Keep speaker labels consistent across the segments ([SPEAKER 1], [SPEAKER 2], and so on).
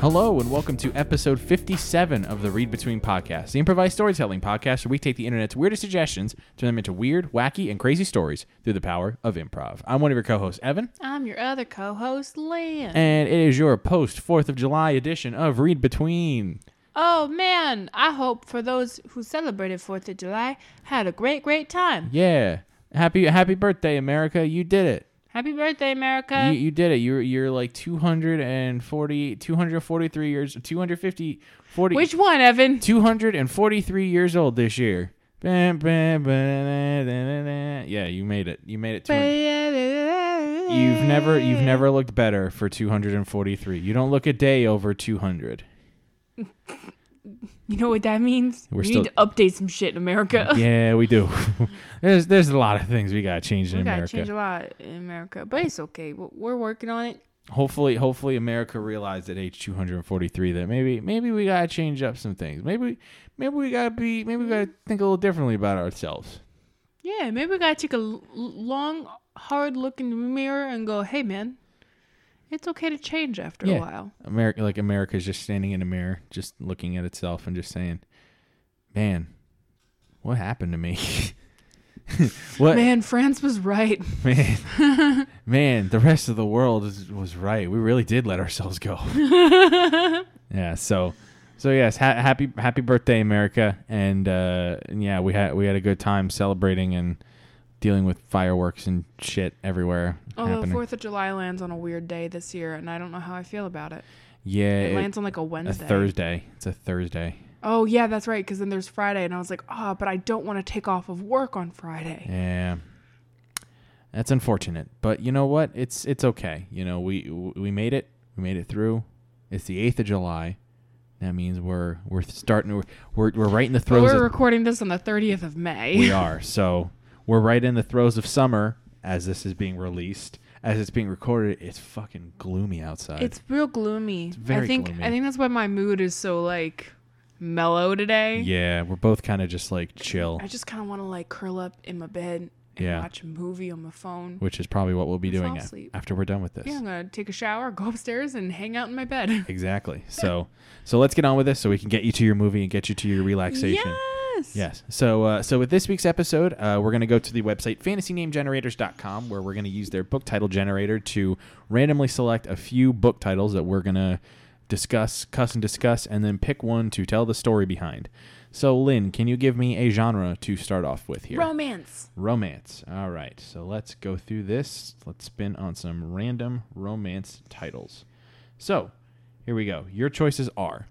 [SPEAKER 1] Hello, and welcome to episode 57 of the Read Between podcast, the improvised storytelling podcast where we take the internet's weirdest suggestions, turn them into weird, wacky, and crazy stories through the power of improv. I'm one of your co hosts, Evan,
[SPEAKER 2] I'm your other co-host, Lynn.
[SPEAKER 1] and it is your post 4th of July edition of Read Between.
[SPEAKER 2] oh man, I hope for those who celebrated Fourth of July had a great, great time.
[SPEAKER 1] Yeah. Happy happy birthday, America. You did it.
[SPEAKER 2] Happy birthday, America!
[SPEAKER 1] You, you did it. You're you're like 240 243 years 250 40
[SPEAKER 2] Which one, Evan?
[SPEAKER 1] 243 years old this year. Bam, bam, ba-da-da-da-da-da. Yeah, you made it. You made it. 200. You've
[SPEAKER 2] You've
[SPEAKER 1] never you've never looked better for 243. You don't look a day over 200.
[SPEAKER 2] You know what that means?
[SPEAKER 1] We're
[SPEAKER 2] we
[SPEAKER 1] still-
[SPEAKER 2] need to update some shit in America.
[SPEAKER 1] Yeah, we do. there's there's a lot of things we gotta change in
[SPEAKER 2] we gotta
[SPEAKER 1] America.
[SPEAKER 2] change a lot in America, but it's okay. We're- We're working on it.
[SPEAKER 1] hopefully hopefully America realized at age 243 that maybe maybe we gotta change up some things. Maybe maybe we gotta be maybe we gotta think a little differently about ourselves.
[SPEAKER 2] Yeah, maybe we gotta take a l- long, hard look in the mirror and go, "Hey, man, it's okay to change after
[SPEAKER 1] Yeah.
[SPEAKER 2] a while."
[SPEAKER 1] America, like America's just standing in a mirror, just looking at itself and just saying, "Man, what happened to me? what man.
[SPEAKER 2] Man, France was right.
[SPEAKER 1] man? the rest of the world is, was right. We really did let ourselves go." yeah. So, so yes, ha- happy happy birthday, America, and uh, and yeah, we had we had a good time celebrating and dealing with fireworks and shit everywhere
[SPEAKER 2] Although
[SPEAKER 1] happening.
[SPEAKER 2] Oh, Fourth of July lands on a weird day this year, and I don't know how I feel about it.
[SPEAKER 1] yeah,
[SPEAKER 2] It,
[SPEAKER 1] it-
[SPEAKER 2] lands on like a
[SPEAKER 1] a
[SPEAKER 2] Wednesday.
[SPEAKER 1] Thursday. It's a Thursday.
[SPEAKER 2] Oh yeah, that's right. Because then there's Friday, and I was like, oh, but I don't want to take off of work on Friday.
[SPEAKER 1] Yeah. That's unfortunate, but you know what? It's it's okay. You know, we we made it. We made it through. It's the 8th of July. That means we're we're starting we're we're, we're right in the
[SPEAKER 2] But
[SPEAKER 1] throes
[SPEAKER 2] we're
[SPEAKER 1] of,
[SPEAKER 2] recording this on the 30th of May.
[SPEAKER 1] we are. So, we're right in the throes of summer as this is being released. As it's being recorded, it's fucking gloomy outside.
[SPEAKER 2] It's real gloomy.
[SPEAKER 1] very
[SPEAKER 2] I think
[SPEAKER 1] gloomy.
[SPEAKER 2] I think that's why my mood is so like mellow today.
[SPEAKER 1] yeah, we're both kind of just like chill,
[SPEAKER 2] I just kind of want to like curl up in my bed and
[SPEAKER 1] Yeah.
[SPEAKER 2] watch a movie on my phone.
[SPEAKER 1] which is probably what we'll be
[SPEAKER 2] fall
[SPEAKER 1] doing a-
[SPEAKER 2] asleep.
[SPEAKER 1] after we're done with this.
[SPEAKER 2] Yeah, I'm gonna take a shower, go upstairs, and hang out in my bed.
[SPEAKER 1] Exactly. So, so let's get on with this so we can get you to your movie and get you to your relaxation.
[SPEAKER 2] Yes.
[SPEAKER 1] Yes. So, uh, so with this week's episode, uh, we're going to go to the website fantasynamegenerators.com where we're going to use their book title generator to randomly select a few book titles that we're going to discuss, cuss, and discuss, and then pick one to tell the story behind. So, Lynn, can you give me a genre to start off with here?
[SPEAKER 2] Romance.
[SPEAKER 1] romance. All right. So, let's go through this. Let's spin on some random romance titles. So, here we go. Your choices are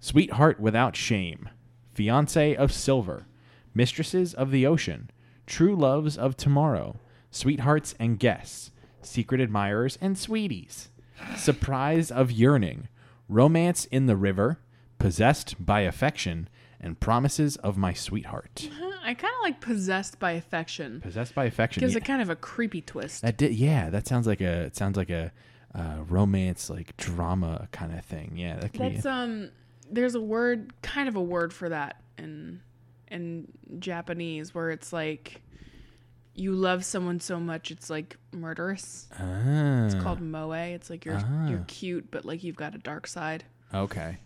[SPEAKER 1] Sweetheart Without Shame, Fiance of Silver, Mistresses of the Ocean, True Loves of Tomorrow, Sweethearts and Guests, Secret Admirers and Sweeties, Surprise of Yearning, Romance in the River, Possessed by Affection, and Promises of My Sweetheart.
[SPEAKER 2] Uh, I kind of like possessed by affection.
[SPEAKER 1] Possessed by Affection.
[SPEAKER 2] Gives
[SPEAKER 1] yeah.
[SPEAKER 2] it kind of a creepy twist.
[SPEAKER 1] That did, yeah. That sounds like a it sounds like a uh, romance, like drama kind of thing. Yeah, that could be.
[SPEAKER 2] That's um. There's a word, kind of a word for that in in Japanese, where it's like you love someone so much it's like murderous.
[SPEAKER 1] Ah,
[SPEAKER 2] It's called moe. It's like you're
[SPEAKER 1] Ah.
[SPEAKER 2] you're cute, but like you've got a dark side.
[SPEAKER 1] okay.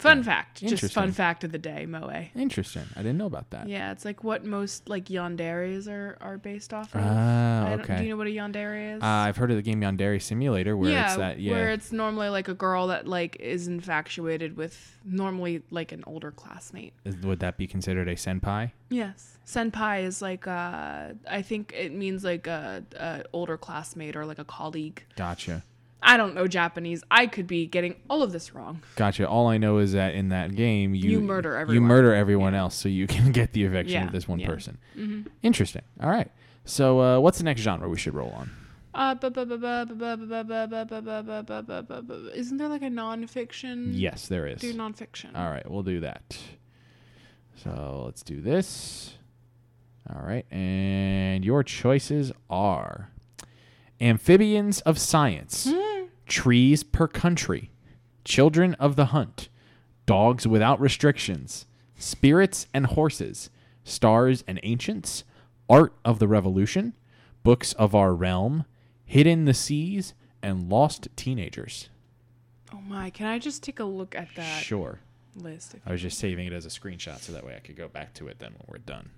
[SPEAKER 2] Fun fact, just
[SPEAKER 1] Interesting.
[SPEAKER 2] fun fact of the day, moe.
[SPEAKER 1] Interesting. I didn't know about that.
[SPEAKER 2] Yeah, it's like what most like yanderes are are based off of.
[SPEAKER 1] Ah,
[SPEAKER 2] I don't-
[SPEAKER 1] okay.
[SPEAKER 2] Do you know what a yandere is?
[SPEAKER 1] Uh, I've heard of the game Yandere Simulator where
[SPEAKER 2] yeah,
[SPEAKER 1] it's that yeah.
[SPEAKER 2] where it's normally like a girl that like is infatuated with normally like an older classmate.
[SPEAKER 1] Is- would that be considered a senpai?
[SPEAKER 2] Yes, senpai is like uh, I think it means like a, a older classmate or like a colleague.
[SPEAKER 1] Gotcha.
[SPEAKER 2] I don't know Japanese. I could be getting all of this wrong.
[SPEAKER 1] Gotcha. All I know is that in that game you,
[SPEAKER 2] You murder
[SPEAKER 1] You
[SPEAKER 2] everyone.
[SPEAKER 1] murder everyone else so you can get the eviction
[SPEAKER 2] Yeah,
[SPEAKER 1] of this one
[SPEAKER 2] yeah. Mm-hmm.
[SPEAKER 1] person. Interesting. All right. So uh, what's the next genre we should roll on?
[SPEAKER 2] Uh, bu- bu- bu- bu- bu- bu- bu- bu- bu- bu- bu- bu- bu- bu- bu- bu- bu- isn't there like a nonfiction?
[SPEAKER 1] Yes, there is.
[SPEAKER 2] Mm. Do nonfiction.
[SPEAKER 1] All right, we'll do that. So let's do this. All right, and your choices are amphibians of science, trees per country, children of the hunt, dogs without restrictions, spirits and horses, stars and ancients, art of the revolution, books of our realm, hidden the seas, and lost teenagers.
[SPEAKER 2] Oh my, can I just take a look at that
[SPEAKER 1] Sure.
[SPEAKER 2] list? If-
[SPEAKER 1] I was just saving it as a screenshot so that way I could go back to it then when we're done.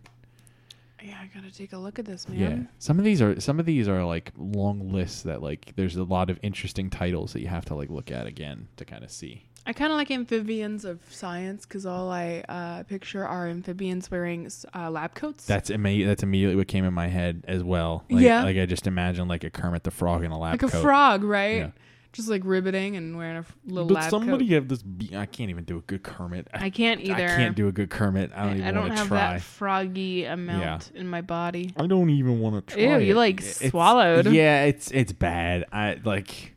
[SPEAKER 2] Yeah, I gotta take a look at this,
[SPEAKER 1] Yeah.
[SPEAKER 2] man.
[SPEAKER 1] Some of these are some of these are like long lists that like there's a lot of interesting titles that you have to like look at again to kind of see.
[SPEAKER 2] I kind of like amphibians of science because all I uh, picture are amphibians wearing s- uh, lab coats.
[SPEAKER 1] That's imme- that's immediately what came in my head as well. Like,
[SPEAKER 2] Yeah.
[SPEAKER 1] Like I just imagine like a Kermit the Frog in a lab
[SPEAKER 2] like a
[SPEAKER 1] coat.
[SPEAKER 2] frog, right?
[SPEAKER 1] Yeah.
[SPEAKER 2] Just like ribbiting and wearing a f- little
[SPEAKER 1] But
[SPEAKER 2] lab
[SPEAKER 1] somebody
[SPEAKER 2] coat.
[SPEAKER 1] have this. Be- I can't even do a good Kermit. I,
[SPEAKER 2] I can't either.
[SPEAKER 1] I can't do a good Kermit. I don't even
[SPEAKER 2] I don't
[SPEAKER 1] want to
[SPEAKER 2] have
[SPEAKER 1] try.
[SPEAKER 2] that froggy amount in my body.
[SPEAKER 1] I don't even want to try.
[SPEAKER 2] Ew, you,
[SPEAKER 1] it.
[SPEAKER 2] like,
[SPEAKER 1] It's-
[SPEAKER 2] swallowed.
[SPEAKER 1] Yeah, it's it's bad. I like.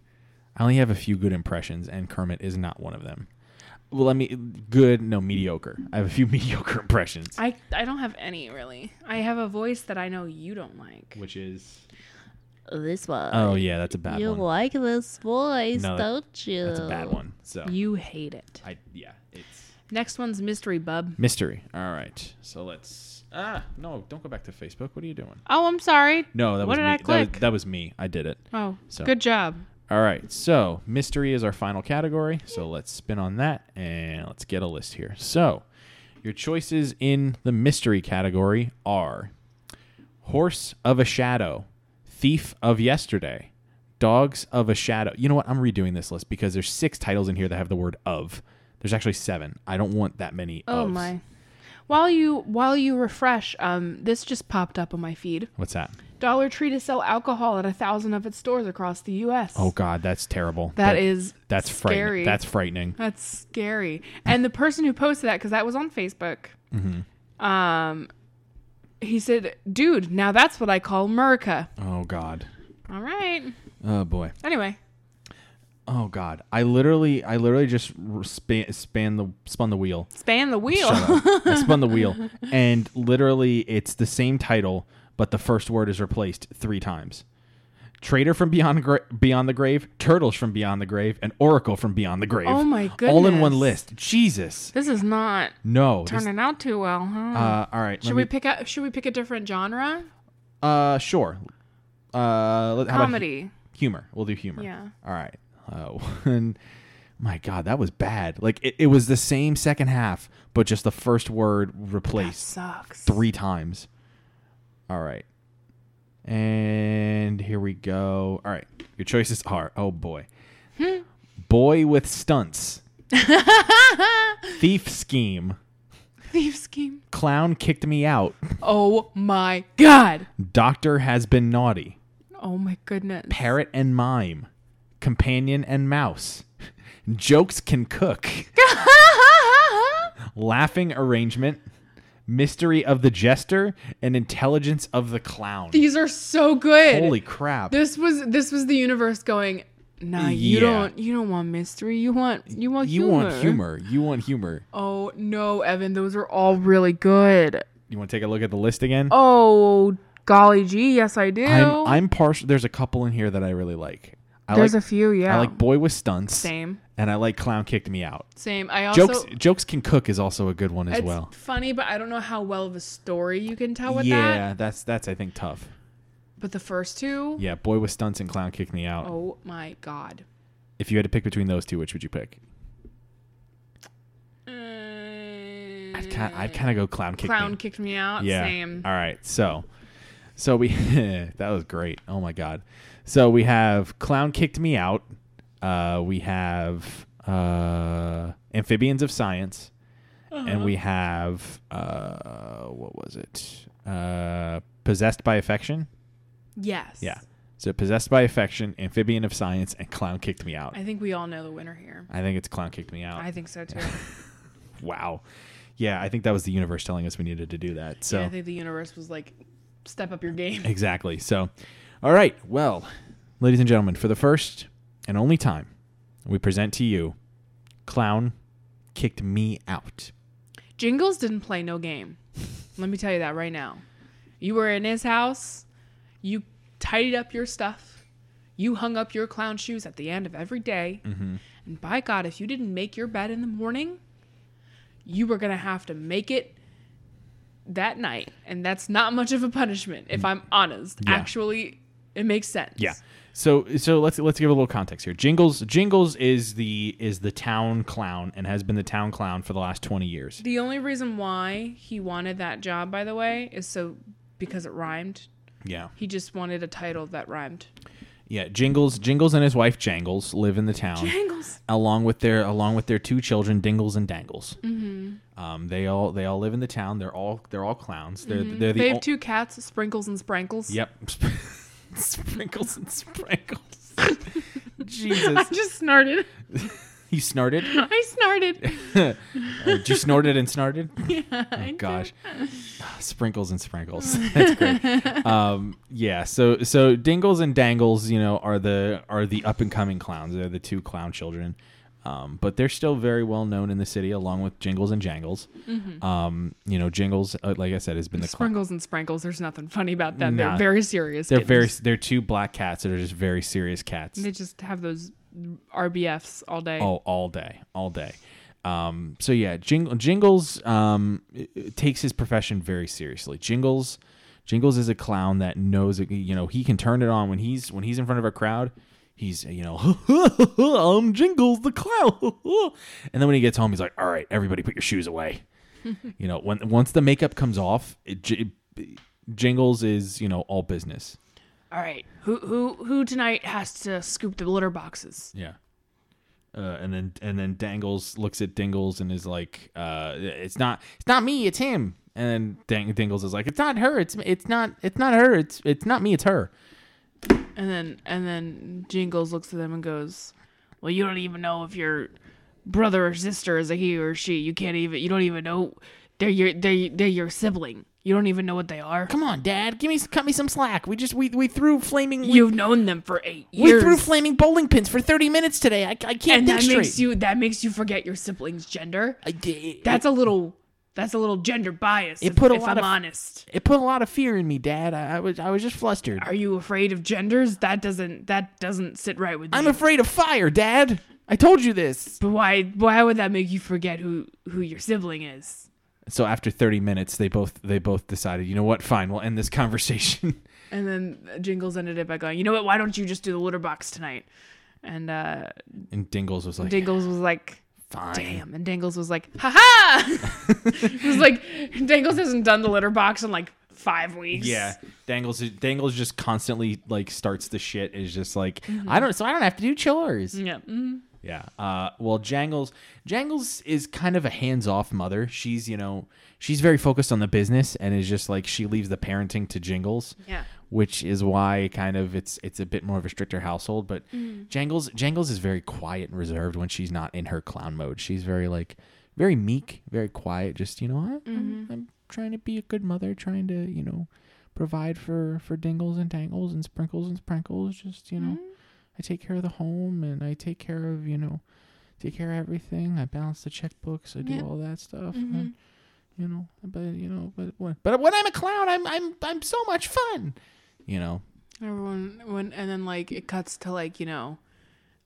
[SPEAKER 1] I only have a few good impressions, and Kermit is not one of them. Well, I mean, good, no, mediocre. I have a few mediocre impressions,
[SPEAKER 2] I I don't have any really. I have a voice that I know you don't like.
[SPEAKER 1] which is.
[SPEAKER 3] This one.
[SPEAKER 1] Oh yeah, that's a bad
[SPEAKER 3] you
[SPEAKER 1] one.
[SPEAKER 3] like this voice,
[SPEAKER 1] No, that-
[SPEAKER 3] don't you?
[SPEAKER 1] that's a bad one. So
[SPEAKER 2] You hate it.
[SPEAKER 1] I yeah, it's
[SPEAKER 2] Next one's mystery bub.
[SPEAKER 1] mystery. All right, so let's. Ah, no, don't go back to Facebook. What are you doing?
[SPEAKER 2] Oh, I'm sorry.
[SPEAKER 1] No, that was
[SPEAKER 2] What did
[SPEAKER 1] me.
[SPEAKER 2] I
[SPEAKER 1] That,
[SPEAKER 2] click?
[SPEAKER 1] was, that was me. I did it.
[SPEAKER 2] Oh,
[SPEAKER 1] So-
[SPEAKER 2] good job.
[SPEAKER 1] All right, so mystery is our final category. So let's spin on that and let's get a list here. So your choices in the mystery category are Horse of a Shadow, Thief of Yesterday, Dogs of a Shadow. You know what? I'm redoing this list because there's six titles in here that have the word of. There's actually seven. I don't want that many.
[SPEAKER 2] Oh
[SPEAKER 1] ofs.
[SPEAKER 2] my. While you while you refresh, um, this just popped up on my feed.
[SPEAKER 1] What's that?
[SPEAKER 2] Dollar Tree to sell alcohol at a thousand of its stores across the U.S.
[SPEAKER 1] Oh God, that's terrible.
[SPEAKER 2] that is
[SPEAKER 1] that's
[SPEAKER 2] scary.
[SPEAKER 1] frightening. That's frightening.
[SPEAKER 2] That's scary. And the person who posted that, because that was on Facebook,
[SPEAKER 1] Mm-hmm.
[SPEAKER 2] um, he said, "Dude, now that's what I call America."
[SPEAKER 1] Oh God.
[SPEAKER 2] All right.
[SPEAKER 1] Oh boy.
[SPEAKER 2] Anyway,
[SPEAKER 1] Oh God! I literally, I literally just r- span, span the spun the wheel.
[SPEAKER 2] span the wheel.
[SPEAKER 1] Shut up. I spun the wheel, and literally, it's the same title, but the first word is replaced three times. Trader from beyond gra- beyond the grave, turtles from beyond the grave, and Oracle from beyond the grave.
[SPEAKER 2] Oh, my
[SPEAKER 1] All in one
[SPEAKER 2] goodness.
[SPEAKER 1] list. Jesus.
[SPEAKER 2] This is not
[SPEAKER 1] No. this-
[SPEAKER 2] turning out too well, huh?
[SPEAKER 1] uh, all right.
[SPEAKER 2] should we pick up? Should we pick a different genre?
[SPEAKER 1] Uh, sure. Uh, let- how about hu-
[SPEAKER 2] Comedy.
[SPEAKER 1] humor. We'll do humor.
[SPEAKER 2] Yeah.
[SPEAKER 1] All right. Oh, and my God, that was bad. Like it, it was the same second half, but just the first word replaced
[SPEAKER 2] Sucks.
[SPEAKER 1] three times. All right. And here we go. All right. Your choices are oh boy. boy with stunts. Thief scheme.
[SPEAKER 2] Thief scheme.
[SPEAKER 1] Clown kicked me out.
[SPEAKER 2] Oh my god.
[SPEAKER 1] Doctor has been naughty.
[SPEAKER 2] Oh my goodness.
[SPEAKER 1] Parrot and mime. Companion and mouse. Jokes can cook. laughing arrangement, mystery of the jester, and intelligence of the clown.
[SPEAKER 2] These are so good.
[SPEAKER 1] Holy crap!
[SPEAKER 2] This was this was the universe going. Nah, you
[SPEAKER 1] Yeah.
[SPEAKER 2] don't you don't want mystery. You want you want
[SPEAKER 1] you
[SPEAKER 2] humor.
[SPEAKER 1] want humor? You want humor?
[SPEAKER 2] Oh no, Evan, those are all really good.
[SPEAKER 1] You want to take a look at the list again?
[SPEAKER 2] Oh golly gee, yes I do.
[SPEAKER 1] I'm I'm partial. There's a couple in here that I really like. I
[SPEAKER 2] There's
[SPEAKER 1] like
[SPEAKER 2] a few, yeah.
[SPEAKER 1] I like boy with stunts,
[SPEAKER 2] same,
[SPEAKER 1] and I like clown kicked me out.
[SPEAKER 2] same. I also
[SPEAKER 1] Jokes jokes can cook is also a good one as
[SPEAKER 2] it's
[SPEAKER 1] well.
[SPEAKER 2] funny, but I don't know how well of a story you can tell with
[SPEAKER 1] Yeah,
[SPEAKER 2] that.
[SPEAKER 1] that's that's I think tough.
[SPEAKER 2] But the first two,
[SPEAKER 1] Yeah, boy with stunts and clown kicked me out.
[SPEAKER 2] oh my god.
[SPEAKER 1] If you had to pick between those two, which would you pick? I'd kind I'd kind of go clown kicked me.
[SPEAKER 2] Mm. Clown kicked me out.
[SPEAKER 1] Yeah. Uh,
[SPEAKER 2] Same.
[SPEAKER 1] All right. So, so we that was great. Oh my god. So we have clown kicked me out. Uh, we have uh, amphibians of science,
[SPEAKER 2] Uh-huh.
[SPEAKER 1] and we have uh, what was it? Uh, possessed by affection.
[SPEAKER 2] Yes.
[SPEAKER 1] Yeah. So possessed by affection, amphibian of science, and clown kicked me out.
[SPEAKER 2] I think we all know the winner here.
[SPEAKER 1] I think it's clown kicked me out.
[SPEAKER 2] I think so too.
[SPEAKER 1] wow. Yeah, I think that was the universe telling us we needed to do that. So
[SPEAKER 2] Yeah, I think the universe was like, step up your game.
[SPEAKER 1] Exactly. So, all right. Well, ladies and gentlemen, for the first and only time, we present to you Clown Kicked Me Out.
[SPEAKER 2] Jingles didn't play no game. Let me tell you that right now. You were in his house. You tidied up your stuff. You hung up your clown shoes at the end of every day.
[SPEAKER 1] Mm-hmm.
[SPEAKER 2] And by God, if you didn't make your bed in the morning, you were going to have to make it that night. And that's not much of a punishment, if I'm honest.
[SPEAKER 1] Mm. Yeah.
[SPEAKER 2] Actually, it makes sense.
[SPEAKER 1] Yeah. So so let's let's give a little context here. Jingles Jingles is the is the town clown and has been the town clown for the last 20 years.
[SPEAKER 2] The only reason why he wanted that job, by the way, is so because it rhymed.
[SPEAKER 1] Yeah.
[SPEAKER 2] He just wanted a title that rhymed.
[SPEAKER 1] Yeah, Jingles Jingles and his wife Jangles live in the town.
[SPEAKER 2] Jangles.
[SPEAKER 1] along with their along with their two children, Dingles and Dangles. Mm-hmm. Um, they all they all live in the town. They're all they're all clowns. They're they're the
[SPEAKER 2] they
[SPEAKER 1] o-
[SPEAKER 2] have two cats, Sprinkles and Sprankles.
[SPEAKER 1] Yep, sprinkles and sprinkles.
[SPEAKER 2] I
[SPEAKER 1] Jesus,
[SPEAKER 2] just snorted.
[SPEAKER 1] he snorted.
[SPEAKER 2] I snorted.
[SPEAKER 1] Uh, Did you snorted and snorted?
[SPEAKER 2] Yeah, I
[SPEAKER 1] Oh
[SPEAKER 2] did.
[SPEAKER 1] gosh, sprinkles and sprinkles. That's great. Um, yeah. So so Dingles and Dangles, you know, are the are the up and coming clowns. They're the two clown children, um, but they're still very well known in the city, along with Jingles and Jangles. Um, you know, Jingles, uh, like I said, has been the clown.
[SPEAKER 2] Sprinkles and Sprankles. There's nothing funny about them.
[SPEAKER 1] Nah.
[SPEAKER 2] They're very serious.
[SPEAKER 1] They're very
[SPEAKER 2] kittens.
[SPEAKER 1] they're two black cats that are just very serious cats.
[SPEAKER 2] They just have those RBFs all day.
[SPEAKER 1] Oh, all day, all day. Um, so yeah, Jing- Jingles um, i- i- takes his profession very seriously. Jingles, Jingles is a clown that knows that, you know he can turn it on when he's when he's in front of a crowd. He's you know I'm Jingles the clown, and then when he gets home, he's like, all right, everybody, put your shoes away. you know, when once the makeup comes off, it, j- Jingles is you know all business.
[SPEAKER 2] All right, who who who tonight has to scoop the litter boxes?
[SPEAKER 1] Yeah. Uh, and then and then Dangles looks at Dingles and is like, uh, "It's not, it's not me, it's him." And then Dang- Dingles is like, "It's not her, it's it's not, it's not her, it's it's not me, it's her."
[SPEAKER 2] And then and then Jingles looks at them and goes, "Well, you don't even know if your brother or sister is a he or she. You can't even. You don't even know they're your they they're your sibling. You don't even know what they are.
[SPEAKER 1] Come on, Dad, give me some- cut me some slack. We just we we threw flaming we,
[SPEAKER 2] You've known them for eight
[SPEAKER 1] we
[SPEAKER 2] years.
[SPEAKER 1] threw flaming bowling pins for thirty minutes today. I, I can't
[SPEAKER 2] and
[SPEAKER 1] think
[SPEAKER 2] that
[SPEAKER 1] straight.
[SPEAKER 2] makes you that makes you forget your sibling's gender.
[SPEAKER 1] I d-
[SPEAKER 2] That's a little that's a little gender bias. It
[SPEAKER 1] put a
[SPEAKER 2] if
[SPEAKER 1] lot
[SPEAKER 2] I'm
[SPEAKER 1] of-
[SPEAKER 2] honest.
[SPEAKER 1] it put a lot of fear in me, Dad. I, I was I was just flustered.
[SPEAKER 2] Are you afraid of genders? That doesn't that doesn't sit right with me.
[SPEAKER 1] I'm afraid of fire, Dad. I told you this.
[SPEAKER 2] but why why would that make you forget who who your sibling is?
[SPEAKER 1] So after thirty minutes, they both they both decided, you know what? Fine, we'll end this conversation.
[SPEAKER 2] And then Jingles ended it by going, you know what? Why don't you just do the litter box tonight? And uh,
[SPEAKER 1] And Dingles was like,
[SPEAKER 2] Dingles was like,
[SPEAKER 1] fine.
[SPEAKER 2] damn. And Dangles was like, ha ha. it was like Dangles hasn't done the litter box in like five weeks.
[SPEAKER 1] Yeah, Dangles Dangles just constantly like starts the shit is just like I don't so I don't have to do chores.
[SPEAKER 2] Yeah. Mhm.
[SPEAKER 1] Yeah. Uh, well, Jangles Jangles is kind of a hands off mother. She's you know she's very focused on the business and is just like she leaves the parenting to Jingles.
[SPEAKER 2] Yeah.
[SPEAKER 1] Which is why kind of it's it's a bit more of a stricter household. But Jangles Jangles is very quiet and reserved when she's not in her clown mode. She's very like very meek, very quiet. Just you know I, I'm, I'm trying to be a good mother, trying to you know provide for for Dingles and Dangles and Sprinkles and Sprinkles. Just you know. I take care of the home and I take care of, you know, take care of everything. I balance the checkbooks. I do
[SPEAKER 2] Yeah.
[SPEAKER 1] all that stuff. And, you know, but you know, but when, but when I'm a clown, I'm I'm I'm so much fun. You know.
[SPEAKER 2] Everyone when and then like it cuts to like you know,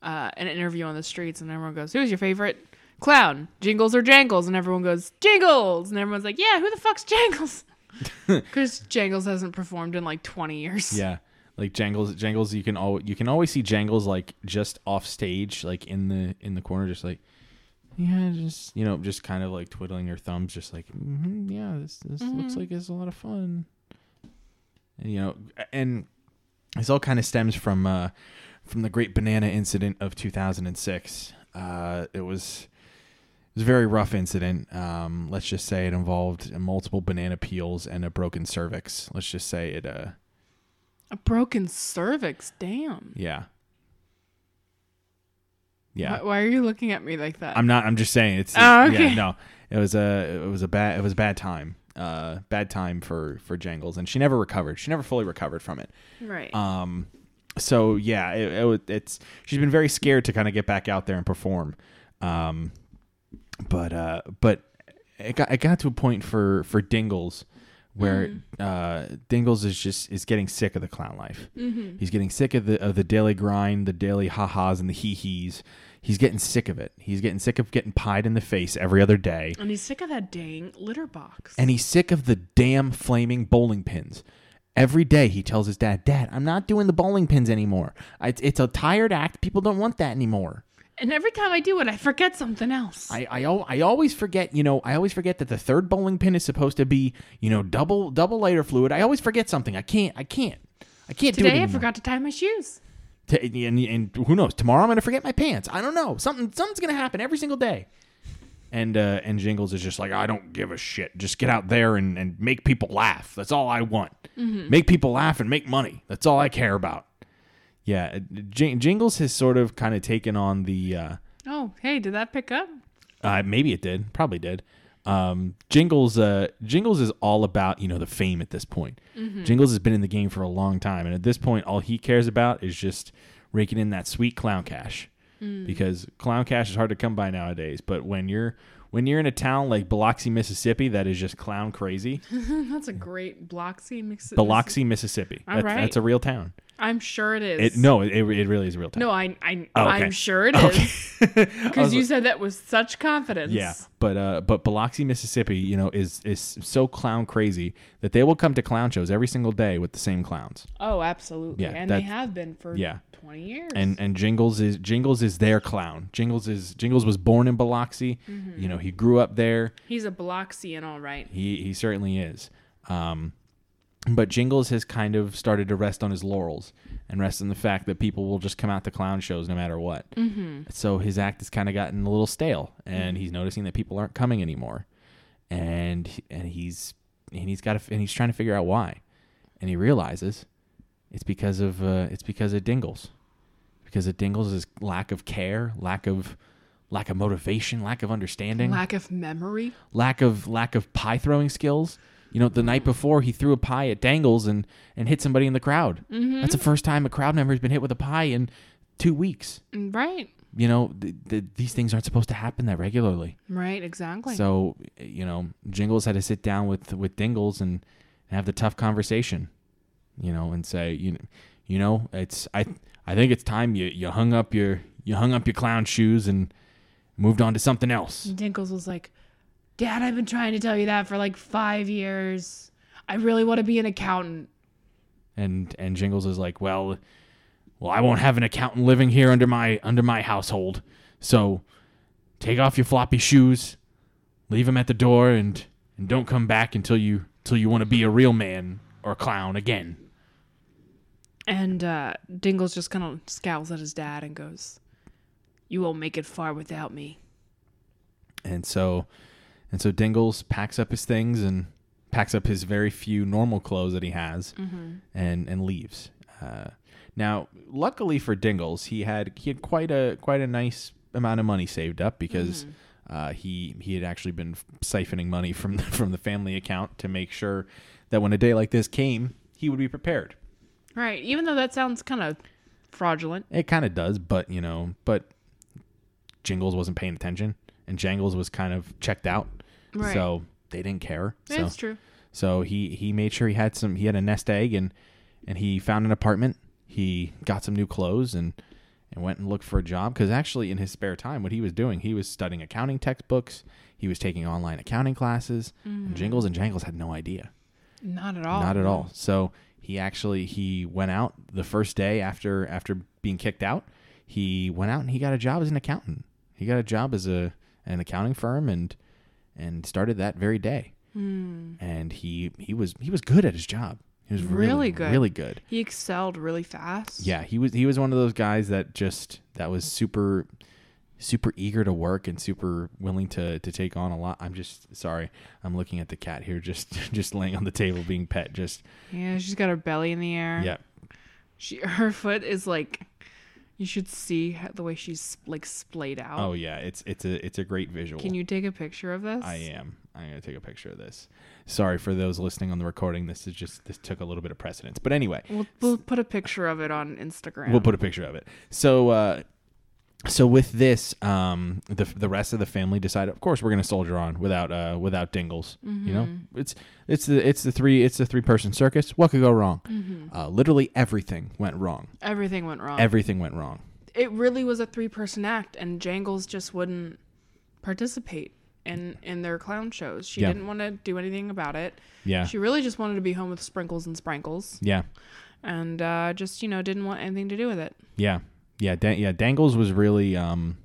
[SPEAKER 2] uh, an interview on the streets and everyone goes, "Who's your favorite clown, Jingles or Jangles?" And everyone goes, "Jingles," and everyone's like, "Yeah, who the fuck's Jangles?" Because Jangles hasn't performed in like twenty years.
[SPEAKER 1] Yeah. Like Jangles Jangles you can all you can always see Jangles like just off stage, like in the in the corner just like yeah, just you know, just kind of like twiddling her thumbs, just like mm yeah, this this looks like it's a lot of fun. And, you know, and this all kind of stems from uh, from the Great Banana Incident of 2006. Uh, it was it was a very rough incident. Um, let's just say it involved multiple banana peels and a broken cervix. Let's just say it. Uh,
[SPEAKER 2] A broken cervix. Damn.
[SPEAKER 1] yeah, yeah.
[SPEAKER 2] Why, why are you looking at me like that?
[SPEAKER 1] I'm not. I'm just saying it's.
[SPEAKER 2] Oh,
[SPEAKER 1] it's- Yeah,
[SPEAKER 2] okay.
[SPEAKER 1] no, it was a it was a bad it was a bad time. Uh, bad time for for Jangles, and she never recovered. She never fully recovered from it.
[SPEAKER 2] right.
[SPEAKER 1] Um, so yeah, it, it, wa- it's she's been very scared to kind of get back out there and perform. Um, but uh, but it got it got to a point for for Dingles where
[SPEAKER 2] Mm.
[SPEAKER 1] uh, Dingles is just is getting sick of the clown life.
[SPEAKER 2] Mm-hmm.
[SPEAKER 1] He's getting sick of the of the daily grind, the daily ha ha's and the hee hees. He's getting sick of it. He's getting sick of getting pied in the face every other day.
[SPEAKER 2] and he's sick of that dang litter box.
[SPEAKER 1] And he's sick of the damn flaming bowling pins. Every day he tells his dad, Dad, I'm not doing the bowling pins anymore. It's, it's a tired act. People don't want that anymore.
[SPEAKER 2] And every time I do it, I forget something else.
[SPEAKER 1] I, I, al- I always forget, you know, I always forget that the third bowling pin is supposed to be, you know, double double layer fluid. I always forget something. I can't, I can't, I can't do it
[SPEAKER 2] Today I
[SPEAKER 1] anymore.
[SPEAKER 2] forgot to tie my shoes.
[SPEAKER 1] T- and, and who knows? Tomorrow I'm gonna forget my pants. I don't know. Something something's gonna happen every single day. And uh, and Jingles is just like, I don't give a shit. Just get out there and, and make people laugh. That's all I want. Make people laugh and make money. That's all I care about. Yeah, Jing Jingles has sort of kind of taken on the. Uh,
[SPEAKER 2] Oh, hey, did that pick up?
[SPEAKER 1] uh, maybe it did. Probably did. Um, Jingles, uh, Jingles is all about you know the fame at this point.
[SPEAKER 2] Mm-hmm.
[SPEAKER 1] Jingles has been in the game for a long time, and at this point, all he cares about is just raking in that sweet clown cash,
[SPEAKER 2] Mm.
[SPEAKER 1] because clown cash is hard to come by nowadays. But when you're when you're in a town like Biloxi, Mississippi, that is just clown crazy.
[SPEAKER 2] That's a great Bloxy mix.
[SPEAKER 1] Biloxi, Mississippi.
[SPEAKER 2] All
[SPEAKER 1] That's,
[SPEAKER 2] right.
[SPEAKER 1] that's a real town.
[SPEAKER 2] I'm sure it is.
[SPEAKER 1] It, no, it, it really is a real town.
[SPEAKER 2] No, I, I,
[SPEAKER 1] Oh, okay.
[SPEAKER 2] I'm sure it
[SPEAKER 1] Okay.
[SPEAKER 2] is. Because you said that with such confidence.
[SPEAKER 1] Yeah, but uh, but Biloxi, Mississippi, you know, is is so clown crazy that they will come to clown shows every single day with the same clowns.
[SPEAKER 2] Oh, absolutely.
[SPEAKER 1] Yeah,
[SPEAKER 2] and
[SPEAKER 1] that-
[SPEAKER 2] they have been for
[SPEAKER 1] Yeah.
[SPEAKER 2] 20 years.
[SPEAKER 1] And and Jingles is Jingles is their clown. Jingles is Jingles was born in Biloxi. You know, he grew up there.
[SPEAKER 2] he's a Bloxian, all right.
[SPEAKER 1] He he certainly is. Um, but Jingles has kind of started to rest on his laurels and rest on the fact that people will just come out to clown shows no matter what. Mm-hmm. So his act has kind of gotten a little stale, and he's noticing that people aren't coming anymore, and and he's and he's got to, and he's trying to figure out why, and he realizes it's because of uh, it's because of Dingles, because of Dingles' lack of care, lack of lack of motivation, lack of understanding
[SPEAKER 2] Lack of memory.
[SPEAKER 1] lack of lack of pie throwing skills. You know, the night before he threw a pie at Dangles and and hit somebody in the crowd. That's the first time a crowd member has been hit with a pie in two weeks.
[SPEAKER 2] Mm, Right.
[SPEAKER 1] You know, th- th- these things aren't supposed to happen that regularly.
[SPEAKER 2] Right, exactly.
[SPEAKER 1] So, you know, Jingles had to sit down with with Dingles and have the tough conversation. You know, and say, you know, you know, it's I I think it's time you you hung up your you hung up your clown shoes and moved on to something else.
[SPEAKER 2] And Dinkles was like, Dad, I've been trying to tell you that for like five years. I really want to be an accountant.
[SPEAKER 1] and and Jingles is like, "Well, well, I won't have an accountant living here under my under my household. So take off your floppy shoes, leave them at the door, and and don't come back until you until you want to be a real man or a clown again."
[SPEAKER 2] And uh, Dingles just kind of scowls at his dad and goes, You won't make it far without me.
[SPEAKER 1] And so and so Dingles packs up his things and packs up his very few normal clothes that he has and and leaves. Uh, now, luckily for Dingles, he had he had quite a quite a nice amount of money saved up because uh, he he had actually been siphoning money from the, from the family account to make sure that when a day like this came, he would be prepared.
[SPEAKER 2] Right. Even though that sounds kind of fraudulent.
[SPEAKER 1] It kind of does, but you know, but Jingles wasn't paying attention, and Jangles was kind of checked out,
[SPEAKER 2] Right.
[SPEAKER 1] so they didn't care.
[SPEAKER 2] That's
[SPEAKER 1] so,
[SPEAKER 2] true.
[SPEAKER 1] so he he made sure he had some he had a nest egg and and he found an apartment. He got some new clothes and and went and looked for a job because actually in his spare time, what he was doing, he was studying accounting textbooks. He was taking online accounting classes,
[SPEAKER 2] Mm.
[SPEAKER 1] and Jingles and Jangles had no idea.
[SPEAKER 2] Not at all.
[SPEAKER 1] Not at all. So he actually he went out the first day after after being kicked out. He went out and he got a job as an accountant. He got a job as a an accounting firm and and started that very day.
[SPEAKER 2] Hmm.
[SPEAKER 1] And he he was he was good at his job. He was really,
[SPEAKER 2] Really good.
[SPEAKER 1] Really good.
[SPEAKER 2] He excelled really fast.
[SPEAKER 1] Yeah, he was he was one of those guys that just that was super super eager to work and super willing to to take on a lot. I'm just sorry. I'm looking at the cat here just just laying on the table being pet just
[SPEAKER 2] Yeah, she's got her belly in the air.
[SPEAKER 1] yeah.
[SPEAKER 2] She her foot is like you should see how, the way she's like splayed out.
[SPEAKER 1] Oh yeah, it's it's a it's a great visual.
[SPEAKER 2] Can you take a picture of this?
[SPEAKER 1] I am. I'm gonna take a picture of this. Sorry for those listening on the recording. This is just this took a little bit of precedence, but anyway,
[SPEAKER 2] We'll, we'll put a picture of it on Instagram.
[SPEAKER 1] we'll put a picture of it. So uh, so with this, um, the the rest of the family decided. Of course, we're gonna soldier on without uh without Dingles. You know,
[SPEAKER 2] Mm-hmm.
[SPEAKER 1] it's it's the it's the three it's the three person circus. What could go wrong?
[SPEAKER 2] Mm-hmm.
[SPEAKER 1] Uh, literally everything went wrong.
[SPEAKER 2] Everything went wrong.
[SPEAKER 1] Everything went wrong.
[SPEAKER 2] it really was a three person act, and Jangles just wouldn't participate and and their clown shows. She
[SPEAKER 1] Yeah.
[SPEAKER 2] didn't want to do anything about it.
[SPEAKER 1] Yeah.
[SPEAKER 2] She really just wanted to be home with sprinkles and sprinkles,
[SPEAKER 1] yeah.
[SPEAKER 2] and uh, just you know didn't want anything to do with it.
[SPEAKER 1] Yeah, yeah, Dan- yeah. Dangles was really, um,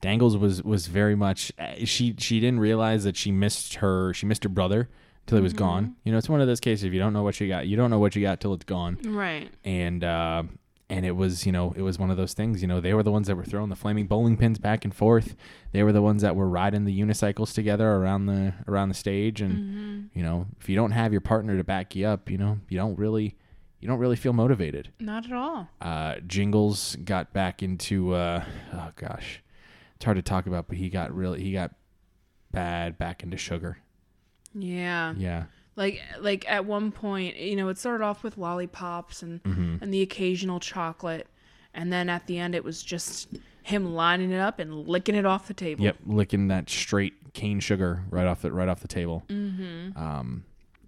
[SPEAKER 1] Dangles was was very much. eh, She she didn't realize that she missed her she missed her brother till he was gone. You know, it's one of those cases. If you don't know what you got, you don't know what you got till it's gone.
[SPEAKER 2] Right.
[SPEAKER 1] And uh, and it was you know it was one of those things. You know, they were the ones that were throwing the flaming bowling pins back and forth. They were the ones that were riding the unicycles together around the around the stage. And you know, if you don't have your partner to back you up, you know, you don't really you don't really feel motivated
[SPEAKER 2] Not at all.
[SPEAKER 1] uh, Jingles got back into uh, oh gosh, it's hard to talk about, but he got really he got bad back into sugar.
[SPEAKER 2] Yeah.
[SPEAKER 1] Yeah,
[SPEAKER 2] Like like at one point, you know, it started off with lollipops and
[SPEAKER 1] Mm-hmm.
[SPEAKER 2] and the occasional chocolate, and then at the end it was just him lining it up and licking it off the table.
[SPEAKER 1] yep, licking that straight cane sugar right off the right off the table. Mm-hmm. Um,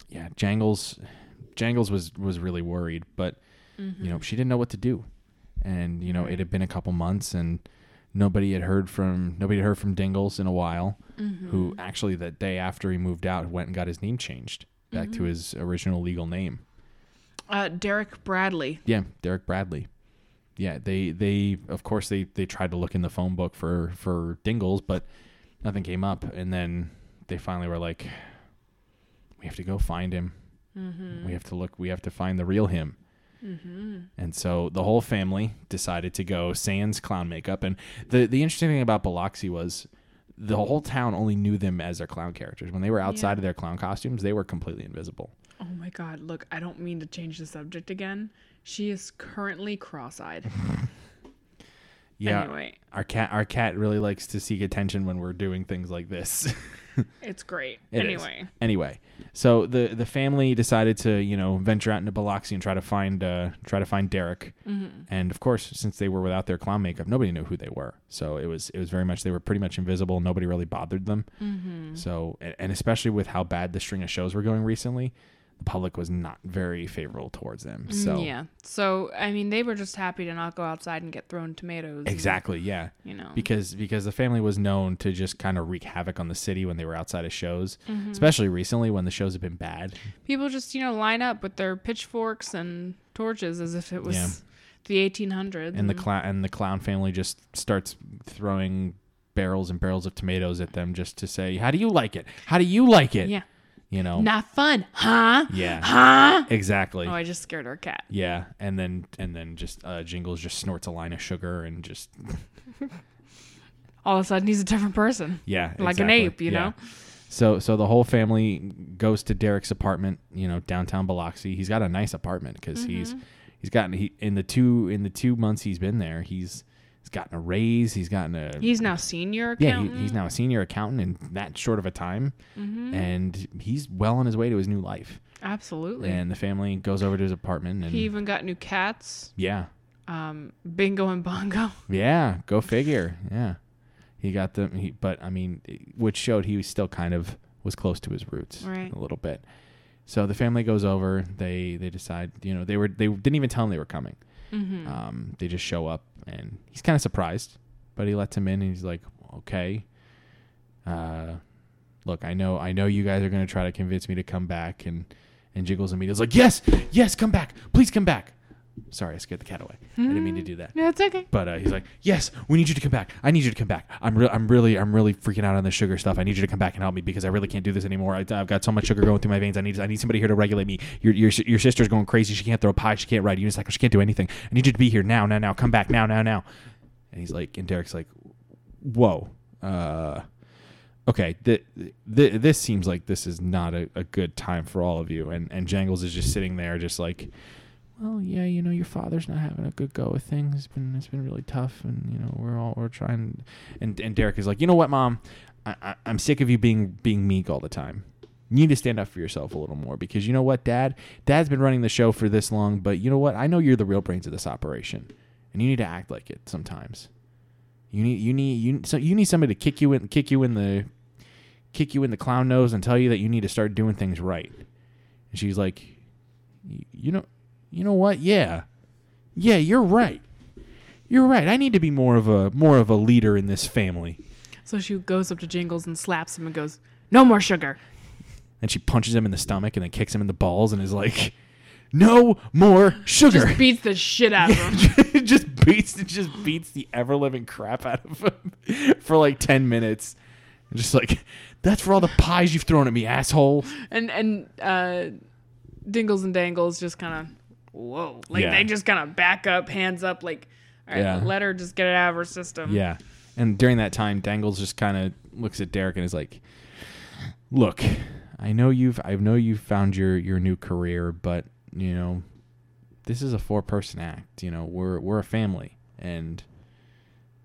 [SPEAKER 1] yeah, Jangles, Jangles was was really worried, but you know she didn't know what to do, and you know it had been a couple months and. Nobody had heard from nobody had heard from Dingles in a while, who actually that day after he moved out went and got his name changed back to his original legal name.
[SPEAKER 2] Uh, Derek Bradley.
[SPEAKER 1] Yeah, Derek Bradley. Yeah, they they of course they they tried to look in the phone book for for Dingles, but nothing came up, and then they finally were like, "We have to go find him. We have to look. We have to find the real him." And so the whole family decided to go sans clown makeup. And the the interesting thing about Biloxi was the whole town only knew them as their clown characters. When they were outside of their clown costumes, they were completely invisible.
[SPEAKER 2] Oh my God! Look, I don't mean to change the subject again. She is currently cross-eyed.
[SPEAKER 1] Yeah.
[SPEAKER 2] Anyway,
[SPEAKER 1] Our cat, our cat really likes to seek attention when we're doing things like this.
[SPEAKER 2] it's great.
[SPEAKER 1] It is.
[SPEAKER 2] anyway.
[SPEAKER 1] Anyway, so the the family decided to you know venture out into Biloxi and try to find uh, try to find Derek. And of course, since they were without their clown makeup, nobody knew who they were. So it was it was very much they were pretty much invisible. Nobody really bothered them. So a- and especially with how bad the string of shows were going recently, the public was not very favorable towards them. So
[SPEAKER 2] Mm, Yeah. So I mean, they were just happy to not go outside and get thrown tomatoes. and,
[SPEAKER 1] exactly, yeah.
[SPEAKER 2] you know.
[SPEAKER 1] because because the family was known to just kind of wreak havoc on the city when they were outside of shows,
[SPEAKER 2] Mm-hmm.
[SPEAKER 1] especially recently when the shows have been bad.
[SPEAKER 2] People just you know line up with their pitchforks and torches as if it was
[SPEAKER 1] Yeah.
[SPEAKER 2] the 1800s.
[SPEAKER 1] And the clown and the clown family just starts throwing barrels and barrels of tomatoes at them just to say, "How do you like it? How do you like it?"
[SPEAKER 2] yeah,
[SPEAKER 1] you know,
[SPEAKER 2] not fun, huh?
[SPEAKER 1] yeah,
[SPEAKER 2] Huh?
[SPEAKER 1] exactly.
[SPEAKER 2] Oh, I just scared our cat.
[SPEAKER 1] yeah, and then and then just uh, Jingles just snorts a line of sugar and just
[SPEAKER 2] All of a sudden, he's a different person.
[SPEAKER 1] Yeah,
[SPEAKER 2] Like an
[SPEAKER 1] exactly.
[SPEAKER 2] ape, you know?
[SPEAKER 1] So so the whole family goes to Derek's apartment, you know, downtown Biloxi. He's got a nice apartment because he's
[SPEAKER 2] Mm-hmm.
[SPEAKER 1] he's gotten he in the two in the two months he's been there, he's he's gotten a raise, he's gotten a
[SPEAKER 2] He's now senior
[SPEAKER 1] yeah, he,
[SPEAKER 2] accountant. Mm-hmm.
[SPEAKER 1] he's now a senior accountant in that short of a time, and he's well on his way to his new life.
[SPEAKER 2] Absolutely.
[SPEAKER 1] And the family goes over to his apartment, and
[SPEAKER 2] he even got new cats,
[SPEAKER 1] yeah,
[SPEAKER 2] um, Bingo and Bongo.
[SPEAKER 1] Yeah, go figure. Yeah, he got them. He, but I mean, it- which showed he was still kind of was close to his roots
[SPEAKER 2] Right.
[SPEAKER 1] a little bit. So the family goes over. They they decide. You know, they were they didn't even tell him they were coming.
[SPEAKER 2] Mm-hmm. Mm.
[SPEAKER 1] Um, they just show up, and he's kind of surprised, but he lets him in, and he's like, okay. Uh, look, I know, I know you guys are gonna try to convince me to come back, and and Jiggles and Meeta's like, yes, yes, come back, please come back. Sorry, I scared the cat away. I didn't mean to
[SPEAKER 2] Mm.
[SPEAKER 1] do that.
[SPEAKER 2] No, it's Hmm. okay.
[SPEAKER 1] But uh, he's like, "Yes, we need you to come back. I need you to come back. I'm real. I'm really. I'm really freaking out on the sugar stuff. I need you to come back and help me because I really can't do this anymore. I, I've got so much sugar going through my veins. I need. I need somebody here to regulate me. Your your si- your sister's going crazy. She can't throw a pie. She can't ride a unicycle. She can't do anything. I need you to be here now. Now. Now. Come back now. Now. Now." And he's like, and Derek's like, "Whoa, uh, okay. Th- th- this seems like this is not a, a good time for all of you." And and Jangles is just sitting there, just like well, yeah, you know, your father's not having a good go with things. It's been it's been really tough, and you know, we're all we're trying. And and Derek is like, you know what, mom, I, I I'm sick of you being being meek all the time. You need to stand up for yourself a little more because you know what, dad, dad's been running the show for this long, but you know what, I know you're the real brains of this operation, and you need to act like it sometimes. You need you need you so you need somebody to kick you in kick you in the kick you in the clown nose and tell you that you need to start doing things right. And she's like, "Y- you know, you know what? Yeah, yeah, you're right. You're right. I need to be more of a more of a leader in this family.
[SPEAKER 2] So she goes up to Jingles and slaps him and goes, "No more sugar."
[SPEAKER 1] And she punches him in the stomach and then kicks him in the balls and is like, "No more sugar."
[SPEAKER 2] Just beats the shit out of him.
[SPEAKER 1] it just beats it just beats the ever living crap out of him for like 10 minutes And just like that's for all the pies you've thrown at me asshole
[SPEAKER 2] and and uh, Dingles and Dangles just kind of whoa, like
[SPEAKER 1] Yeah.
[SPEAKER 2] they just kind of back up, hands up, like all right,
[SPEAKER 1] Yeah.
[SPEAKER 2] let her just get it out of her system.
[SPEAKER 1] yeah and during that time dangles just kind of looks at derek and is like look i know you've i know you've found your your new career but you know this is a four person act you know we're we're a family and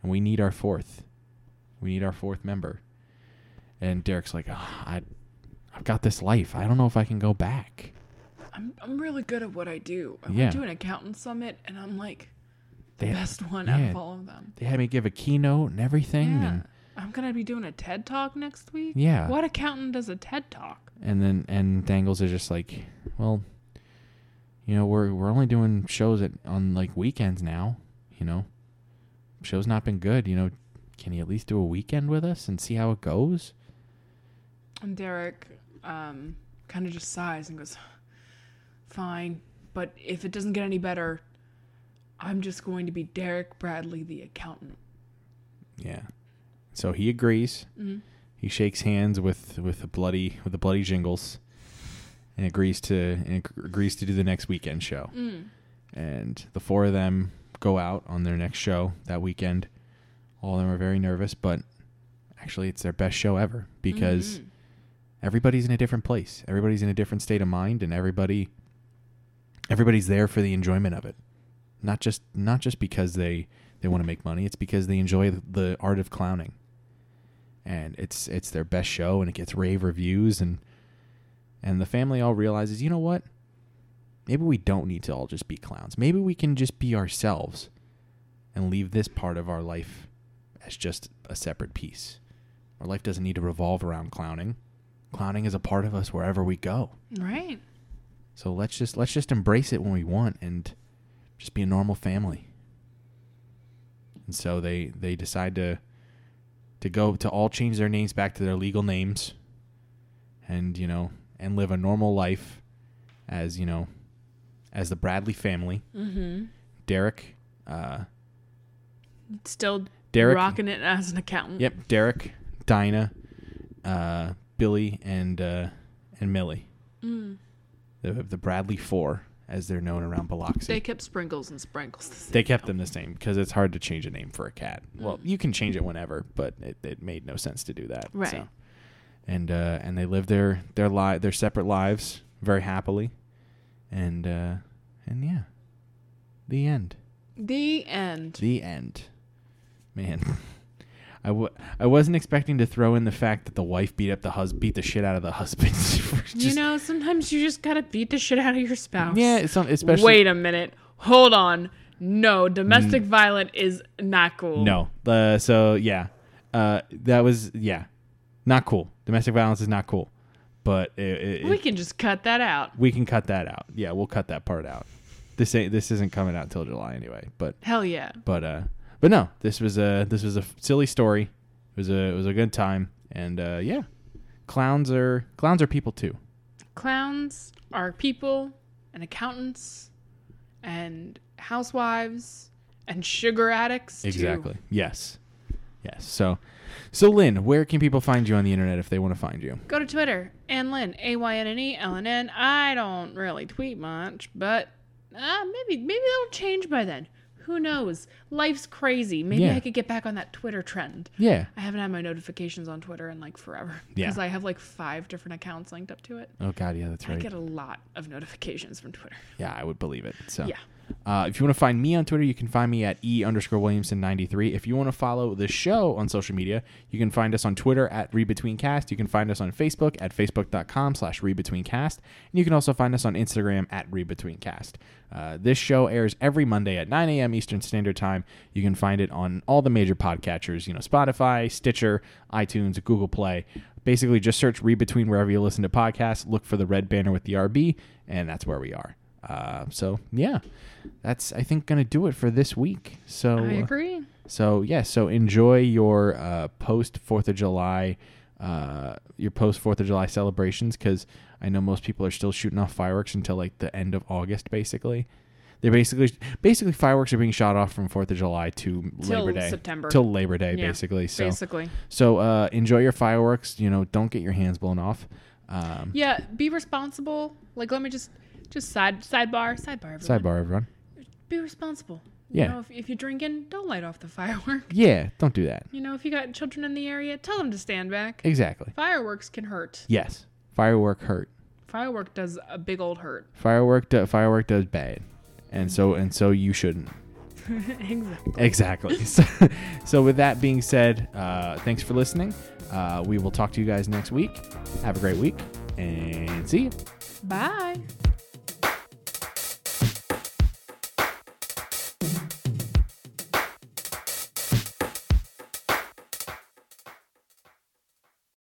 [SPEAKER 1] and we need our fourth we need our fourth member and derek's like "Ah, i i've got this life i don't know if i can go back
[SPEAKER 2] I'm I'm really good at what I do. I
[SPEAKER 1] Yeah.
[SPEAKER 2] went to an accountant summit, and I'm like the
[SPEAKER 1] They-
[SPEAKER 2] best one out
[SPEAKER 1] yeah.
[SPEAKER 2] of all of them.
[SPEAKER 1] they had me give a keynote and everything
[SPEAKER 2] Yeah.
[SPEAKER 1] and
[SPEAKER 2] I'm gonna be doing a TED talk next week.
[SPEAKER 1] Yeah.
[SPEAKER 2] What accountant does a TED talk?
[SPEAKER 1] and then and dangles are just like well you know we're we're only doing shows at on like weekends now you know show's not been good you know can you at least do a weekend with us and see how it goes
[SPEAKER 2] And Derek um, kind of just sighs and goes, Fine, but if it doesn't get any better, I'm just going to be Derek Bradley, the accountant.
[SPEAKER 1] yeah so he agrees
[SPEAKER 2] Mm-hmm.
[SPEAKER 1] he shakes hands with with a bloody with the bloody jingles and agrees to and ag- agrees to do the next weekend show
[SPEAKER 2] Mm-hmm.
[SPEAKER 1] and the four of them go out on their next show that weekend. All of them are very nervous, but actually, it's their best show ever
[SPEAKER 2] Mm-hmm.
[SPEAKER 1] because everybody's in a different place. Everybody's in a different state of mind, and everybody everybody's there for the enjoyment of it. Not just not just because they they want to make money. It's because they enjoy the, the art of clowning, and it's it's their best show, and it gets rave reviews, and and the family all realizes, you know what? maybe we don't need to all just be clowns. Maybe we can just be ourselves and leave this part of our life as just a separate piece. Our life doesn't need to revolve around clowning. Clowning is a part of us wherever we go.
[SPEAKER 2] Mm-hmm. Right.
[SPEAKER 1] So let's just let's just embrace it when we want and just be a normal family. And so they they decide to to go to all change their names back to their legal names and you know and live a normal life as you know as the Bradley family.
[SPEAKER 2] Mm-hmm.
[SPEAKER 1] Derek uh
[SPEAKER 2] Still
[SPEAKER 1] Derek
[SPEAKER 2] rocking it as an accountant.
[SPEAKER 1] Yep, Derek, Dinah, uh Billy and uh and Millie.
[SPEAKER 2] Mm.
[SPEAKER 1] The the Bradley 4 as they're known around Biloxi.
[SPEAKER 2] They kept sprinkles and sprinkles. the same.
[SPEAKER 1] They kept them the same because it's hard to change a name for a cat. Well,
[SPEAKER 2] Mm.
[SPEAKER 1] you can change it whenever, but it, it made no sense to do that.
[SPEAKER 2] Right.
[SPEAKER 1] So. And uh, and they live their their li- their separate lives very happily, and uh, and yeah, the end.
[SPEAKER 2] The end.
[SPEAKER 1] The end. Man, I w- I wasn't expecting to throw in the fact that the wife beat up the hus beat the shit out of the husband. for
[SPEAKER 2] you
[SPEAKER 1] just-
[SPEAKER 2] know, sometimes you just gotta beat the shit out of your spouse.
[SPEAKER 1] Yeah, it's not, especially
[SPEAKER 2] Wait a minute. Hold on. No,
[SPEAKER 1] Mm.
[SPEAKER 2] domestic violence is not cool.
[SPEAKER 1] No. Uh, so yeah, uh, that was yeah, not cool. Domestic violence is not cool, but it, it,
[SPEAKER 2] We
[SPEAKER 1] we,
[SPEAKER 2] can just cut that out.
[SPEAKER 1] we can cut that out. Yeah, we'll cut that part out. This ain't this isn't coming out till July anyway. But
[SPEAKER 2] Hell yeah.
[SPEAKER 1] but uh, but no, this was a this was a silly story. It was a it was a good time, and uh, yeah, clowns are clowns are people too.
[SPEAKER 2] Clowns are people and accountants and housewives and sugar addicts. too.
[SPEAKER 1] Exactly. Yes. Yes. So so Lynn, where can people find you on the internet if they want to find you?
[SPEAKER 2] Go to Twitter, Anlyn, A Y N N E L N N. I don't really tweet much, but uh, maybe maybe it'll change by then. Who knows? Life's crazy. Maybe
[SPEAKER 1] Yeah.
[SPEAKER 2] I could get back on that Twitter trend.
[SPEAKER 1] Yeah.
[SPEAKER 2] I haven't had my notifications on Twitter in like forever
[SPEAKER 1] Yeah.
[SPEAKER 2] because I have like five different accounts linked up to it.
[SPEAKER 1] Oh God, yeah, that's
[SPEAKER 2] I
[SPEAKER 1] right.
[SPEAKER 2] get a lot of notifications from Twitter.
[SPEAKER 1] Yeah, I would believe it. So
[SPEAKER 2] Yeah.
[SPEAKER 1] Uh, if you want to find me on Twitter, you can find me at e underscore Williamson ninety three. If you want to follow the show on social media, you can find us on Twitter at ReadBetweenCast. You can find us on Facebook at facebook.com slash ReadBetweenCast. And you can also find us on Instagram at ReadBetweenCast. Uh, this show airs every Monday at 9 a.m. Eastern Standard Time. You can find it on all the major podcatchers, you know, Spotify, Stitcher, iTunes, Google Play. Basically, just search Read Between wherever you listen to podcasts. Look for the red banner with the RB, and that's where we are. Uh, so yeah, that's I think gonna do it for this week. So
[SPEAKER 2] I
[SPEAKER 1] uh,
[SPEAKER 2] agree.
[SPEAKER 1] So yeah, so enjoy your uh, post Fourth of July, uh, your post Fourth of July celebrations because I know most people are still shooting off fireworks until like the end of August, basically. They're basically basically fireworks are being shot off from Fourth of July to
[SPEAKER 2] Till
[SPEAKER 1] Labor Day,
[SPEAKER 2] September.
[SPEAKER 1] till Labor Day,
[SPEAKER 2] Yeah,
[SPEAKER 1] basically. So
[SPEAKER 2] Basically.
[SPEAKER 1] so uh, enjoy your fireworks. You know, don't get your hands blown off. Um,
[SPEAKER 2] Yeah, be responsible. Like let me just just side sidebar, sidebar everyone.
[SPEAKER 1] Sidebar, everyone.
[SPEAKER 2] Be responsible.
[SPEAKER 1] Yeah.
[SPEAKER 2] You know, if, if you're drinking, don't light off the firework.
[SPEAKER 1] Yeah, don't do that.
[SPEAKER 2] You know, if you got children in the area, tell them to stand back.
[SPEAKER 1] Exactly.
[SPEAKER 2] Fireworks can hurt.
[SPEAKER 1] Yes, firework hurt.
[SPEAKER 2] Firework does a big old hurt.
[SPEAKER 1] Firework do, firework does bad, and so and so you shouldn't.
[SPEAKER 2] exactly.
[SPEAKER 1] Exactly. so, so with that being said, uh, thanks for listening. Uh, we will talk to you guys next week. Have a great week, and see you.
[SPEAKER 2] Bye.